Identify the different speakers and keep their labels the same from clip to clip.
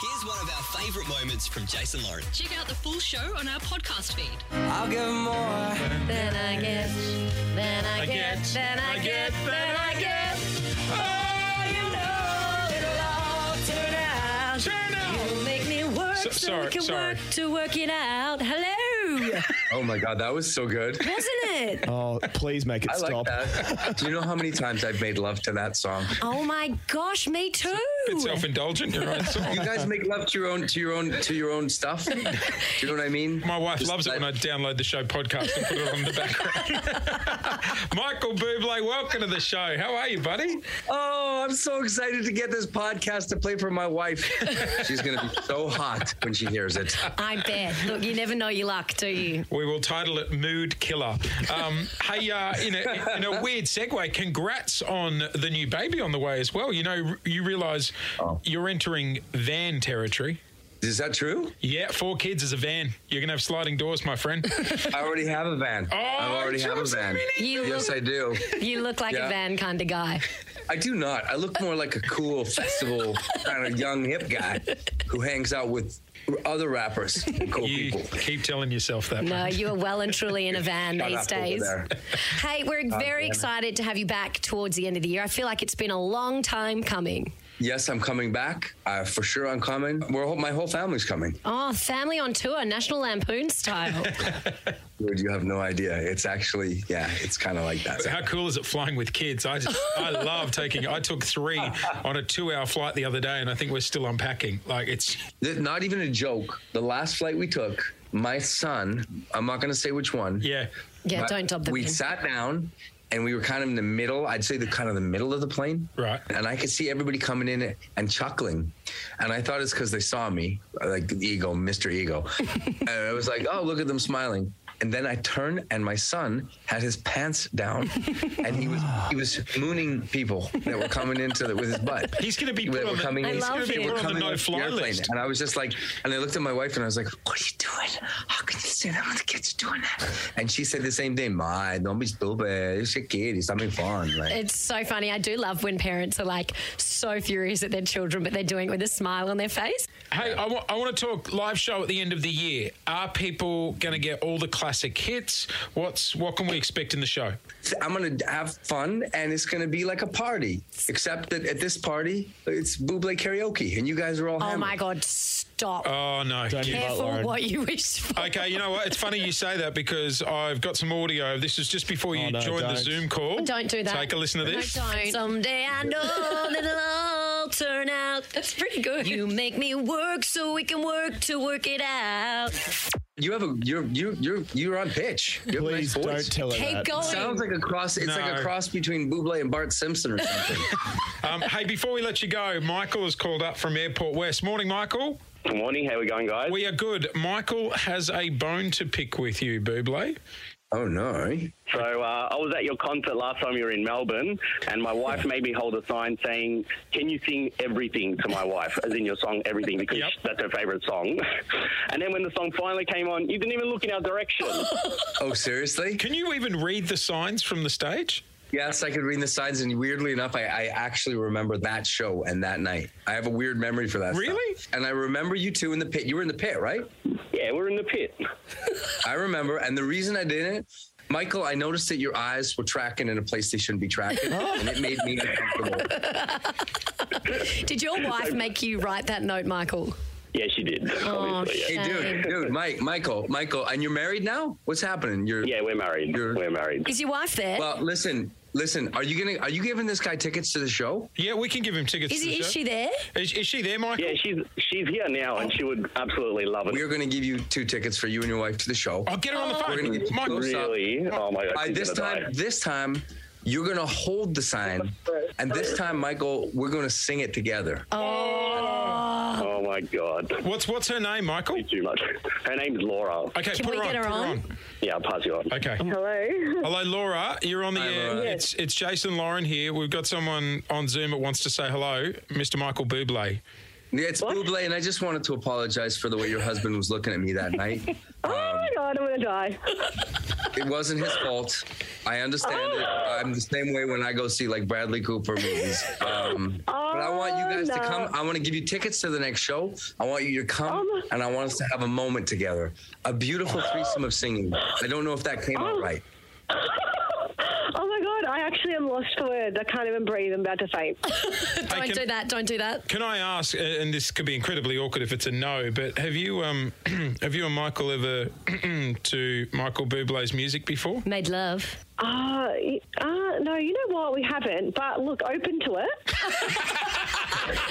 Speaker 1: Here's one of our favourite moments from Jason Lauren.
Speaker 2: Check out the full show on our podcast feed.
Speaker 3: I'll give more.
Speaker 4: Then I get, then I get, then I get, then I get. Oh, you know it'll all turn out.
Speaker 5: Turn out.
Speaker 4: You'll make me work
Speaker 5: So-
Speaker 4: so,
Speaker 5: sorry,
Speaker 4: we can
Speaker 5: sorry.
Speaker 4: work to work it out. Hello,
Speaker 6: Oh my god, that was so good.
Speaker 4: wasn't it?
Speaker 7: Oh, please make it
Speaker 6: I like
Speaker 7: stop.
Speaker 6: that. Do you know how many times I've made love to that song?
Speaker 4: Oh my gosh, me too.
Speaker 5: It's self indulgent, your own song.
Speaker 6: You guys make love to your own to your own to your own stuff. Do you know what I mean?
Speaker 5: My wife loves it when I download the show podcast and put it on the background. Michael Bublé, welcome to the show. How are you, buddy?
Speaker 6: Oh, I'm so excited to get this podcast to play for my wife. She's gonna be so hot when she hears it.
Speaker 4: I bet. Look, you never know your luck, do you?
Speaker 5: We will title it Mood Killer. Um, hey, uh, in, a, in a weird segue, congrats on the new baby on the way as well. You know, you realise you're entering van territory.
Speaker 6: Is that true?
Speaker 5: Yeah, four kids is a van. You're going to have sliding doors, my friend.
Speaker 6: I already have a van.
Speaker 5: Oh,
Speaker 6: I already have a
Speaker 5: jumps
Speaker 6: van.
Speaker 5: already.
Speaker 4: You
Speaker 6: Yes,
Speaker 4: look,
Speaker 6: I do.
Speaker 4: you look like
Speaker 6: Yeah.
Speaker 4: a van kind of guy.
Speaker 6: I do not. I look more like a cool festival kind of young hip guy who hangs out with other rappers and cool
Speaker 5: You
Speaker 6: people.
Speaker 5: keep telling yourself that.
Speaker 4: No,
Speaker 5: Brent.
Speaker 4: you are well and truly in a van
Speaker 6: Shut
Speaker 4: these
Speaker 6: up over
Speaker 4: days.
Speaker 6: there.
Speaker 4: Hey, we're very excited to have you back towards the end of the year. I feel like it's been a long time coming.
Speaker 6: Yes, I'm coming back. Uh, for sure, I'm coming. We're, whole- my whole family's coming.
Speaker 4: Oh, family on tour, National Lampoon style.
Speaker 6: Dude, you have no idea. It's actually, yeah, it's kind of like that.
Speaker 5: How cool is it flying with kids? I just, I love taking. I took three on a two-hour flight the other day, and I think we're still unpacking. Like it's
Speaker 6: Th- Not even a joke. The last flight we took, my son, I'm not going to say which one.
Speaker 5: yeah.
Speaker 4: yeah,
Speaker 6: but
Speaker 4: don't top the
Speaker 6: We
Speaker 4: pin.
Speaker 6: sat down and we were kind of in the middle. I'd say the kind of the middle of the plane.
Speaker 5: Right.
Speaker 6: And I could see everybody coming in and chuckling. And I thought it's because they saw me, like ego, Mr. Ego. and I was like, oh, look at them smiling. And then I turned and my son had his pants down and he was he was mooning people that were coming into the, with his butt.
Speaker 5: He's going to be
Speaker 6: That
Speaker 5: put
Speaker 6: were
Speaker 5: on the,
Speaker 6: coming in-
Speaker 5: he's
Speaker 4: I
Speaker 5: gonna
Speaker 4: love
Speaker 5: be
Speaker 4: it.
Speaker 5: put on the
Speaker 6: coming onto
Speaker 5: no-fly
Speaker 6: airplane.
Speaker 5: list.
Speaker 6: And I was just like, and I looked at my wife and I was like, what are you doing? How can you say that when the kids are doing that? And she said the same thing, my, don't be stupid. It's your kid. He's having fun. Like,
Speaker 4: It's so funny. I do love when parents are like so furious at their children, but they're doing it with a smile on their face.
Speaker 5: Hey, I want to talk live show at the end of the year. Are people going to get all the classic hits? What's what can we expect in the show?
Speaker 6: I'm going to have fun and it's going to be like a party, except that at this party, it's Buble karaoke and you guys are all
Speaker 4: Oh
Speaker 6: hammered.
Speaker 4: my God, stop.
Speaker 5: Oh no!
Speaker 7: Don't you vote,
Speaker 4: Careful
Speaker 7: Lauren.
Speaker 4: what you wish for.
Speaker 5: Okay, you know what? It's funny you say that because I've got some audio. This is just before you
Speaker 7: Oh, no,
Speaker 5: joined the
Speaker 7: don't.
Speaker 5: Zoom call.
Speaker 4: Don't do that.
Speaker 5: Take a listen to this.
Speaker 4: No, don't. Someday I know that it'll all turn out. That's pretty good. You make me work so we can work to work it out.
Speaker 6: You have a, you're, you're, you're, you're on pitch. You have a nice
Speaker 7: Please
Speaker 6: voice.
Speaker 7: don't tell her
Speaker 4: Keep
Speaker 7: that.
Speaker 4: going.
Speaker 6: Sounds like a cross. It's like
Speaker 5: No.
Speaker 6: a cross between Buble and Bart Simpson or something.
Speaker 5: Um, hey, before we let you go, Michael has called up from Airport West. Morning, Michael.
Speaker 8: Good morning. How are we going, guys?
Speaker 5: We are good. Michael has a bone to pick with you, Buble.
Speaker 6: oh no.
Speaker 8: So uh, I was at your concert last time you were in Melbourne, and my wife made me hold a sign saying, "Can you sing everything to my wife?" As in your song, everything, because
Speaker 5: Yep.
Speaker 8: that's her favourite song. And then when the song finally came on, you didn't even look in our direction.
Speaker 6: Oh, seriously?
Speaker 5: Can you even read the signs from the stage?
Speaker 6: Yes, I could read the signs, and weirdly enough, I, I actually remember that show and that night. I have a weird memory for that. stuff.
Speaker 5: Really?
Speaker 6: And I remember you two in the pit. You were in the pit, right?
Speaker 8: yeah, we're in the pit.
Speaker 6: I remember. And the reason I didn't, Michael, I noticed that your eyes were tracking in a place they shouldn't be tracking, and it made me uncomfortable.
Speaker 4: Did your wife make you write that note, Michael?
Speaker 8: Yeah, she did. obviously, yeah.
Speaker 4: shit.
Speaker 6: Hey, dude, dude, Mike, Michael, Michael, and you're married now? What's happening? You're
Speaker 8: yeah, we're married.
Speaker 6: You're-
Speaker 8: We're married.
Speaker 4: Is your wife there? Is
Speaker 6: Well, listen, listen. Are you gonna? Are you giving this guy tickets to the show?
Speaker 5: Yeah, we can give him tickets. to
Speaker 4: he,
Speaker 5: the
Speaker 4: is
Speaker 5: show.
Speaker 4: she there?
Speaker 5: Is, is she there, Michael?
Speaker 8: Yeah, she's she's here now, and she would absolutely love it.
Speaker 6: We are gonna give you two tickets for you and your wife to the show.
Speaker 5: I'll get her on
Speaker 4: Oh.
Speaker 5: the
Speaker 6: We're
Speaker 5: phone.
Speaker 6: gonna get you
Speaker 5: Michael,
Speaker 6: close up.
Speaker 8: really? Oh my god!
Speaker 6: I,
Speaker 8: she's
Speaker 6: this
Speaker 8: gonna
Speaker 6: time,
Speaker 8: die.
Speaker 6: this time, you're gonna hold the sign, and this time, Michael, we're gonna sing it together.
Speaker 8: Oh my god!
Speaker 5: what's what's her name, Michael?
Speaker 8: Too much. Her name's Laura.
Speaker 5: Okay,
Speaker 4: Can
Speaker 5: put
Speaker 4: we
Speaker 5: her
Speaker 4: get
Speaker 5: on.
Speaker 4: her
Speaker 5: put
Speaker 4: on?
Speaker 8: Yeah, I'll pass you on.
Speaker 5: Okay.
Speaker 9: Hello.
Speaker 5: Hello, Laura. You're on the
Speaker 6: Hi,
Speaker 5: air.
Speaker 6: Laura.
Speaker 5: It's it's Jason Lauren here. We've got someone on Zoom that wants to say hello, Mr. Michael Bublé.
Speaker 6: Yeah, It's Buble, and I just wanted to apologize for the way your husband was looking at me that night.
Speaker 9: Oh my god, I'm gonna die.
Speaker 6: It wasn't his fault.
Speaker 9: Oh.
Speaker 6: I understand it. I'm the same way when I go see like Bradley Cooper movies. Um,
Speaker 9: Oh
Speaker 6: But I want you guys to
Speaker 9: no.
Speaker 6: come. I want to give you tickets to the next show. I want you to come,
Speaker 9: Um,
Speaker 6: and I want us to have a moment together, a beautiful threesome of singing. I don't know if that came out right.
Speaker 9: Oh my god, I actually am lost for words. I can't even breathe. I'm about to faint.
Speaker 5: Hey,
Speaker 4: Don't
Speaker 5: can-
Speaker 4: do that. Don't do that.
Speaker 5: Can I ask? And this could be incredibly awkward if it's a no, but have you um have you and Michael ever to Michael Bublé's music before?
Speaker 4: Made love.
Speaker 9: Uh, y- uh, no, you know what? We haven't. But look, open to it.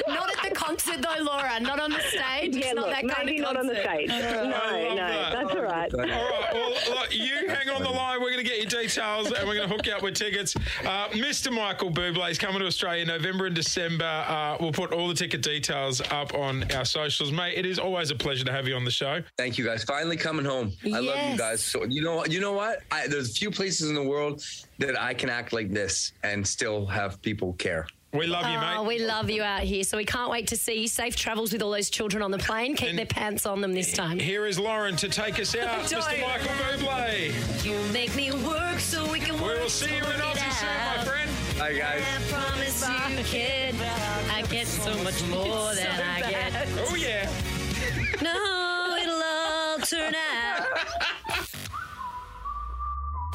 Speaker 4: Not at the concert though, Laura. Not on the stage.
Speaker 9: Yeah,
Speaker 4: it's not
Speaker 9: look,
Speaker 4: that kind
Speaker 9: maybe
Speaker 4: of
Speaker 9: not on the
Speaker 4: concert.
Speaker 9: stage. No,
Speaker 5: I
Speaker 9: no,
Speaker 5: love that.
Speaker 9: that's all right.
Speaker 5: All right, well, look, Oh, you hang on the line. We're going to get your details and we're going to hook you up with tickets. Uh, Mr. Michael Bublé is coming to Australia in November and December. Uh, we'll put all the ticket details up on our socials. Mate, it is always a pleasure to have you on the show.
Speaker 6: Thank you guys. Finally coming home. I love you
Speaker 4: Yes.
Speaker 6: guys. So you know you know what? I, there's few places in the world that I can act like this and still have people care.
Speaker 5: We love you, mate.
Speaker 4: Oh, we love you out here. So we can't wait to see you. Safe travels with all those children on the plane. Keep
Speaker 5: And-
Speaker 4: their pants on them this time.
Speaker 5: Here is Lauren to take us out,
Speaker 4: Don't.
Speaker 5: Mr. Michael Bublé.
Speaker 4: You make me work so we can
Speaker 5: We
Speaker 4: work.
Speaker 5: will see you in
Speaker 4: it
Speaker 5: Aussie soon, my
Speaker 4: out.
Speaker 5: friend.
Speaker 6: Hi guys.
Speaker 4: I promise you, kid, I get so much more than I get.
Speaker 5: Oh, yeah.
Speaker 4: No, it'll all turn out.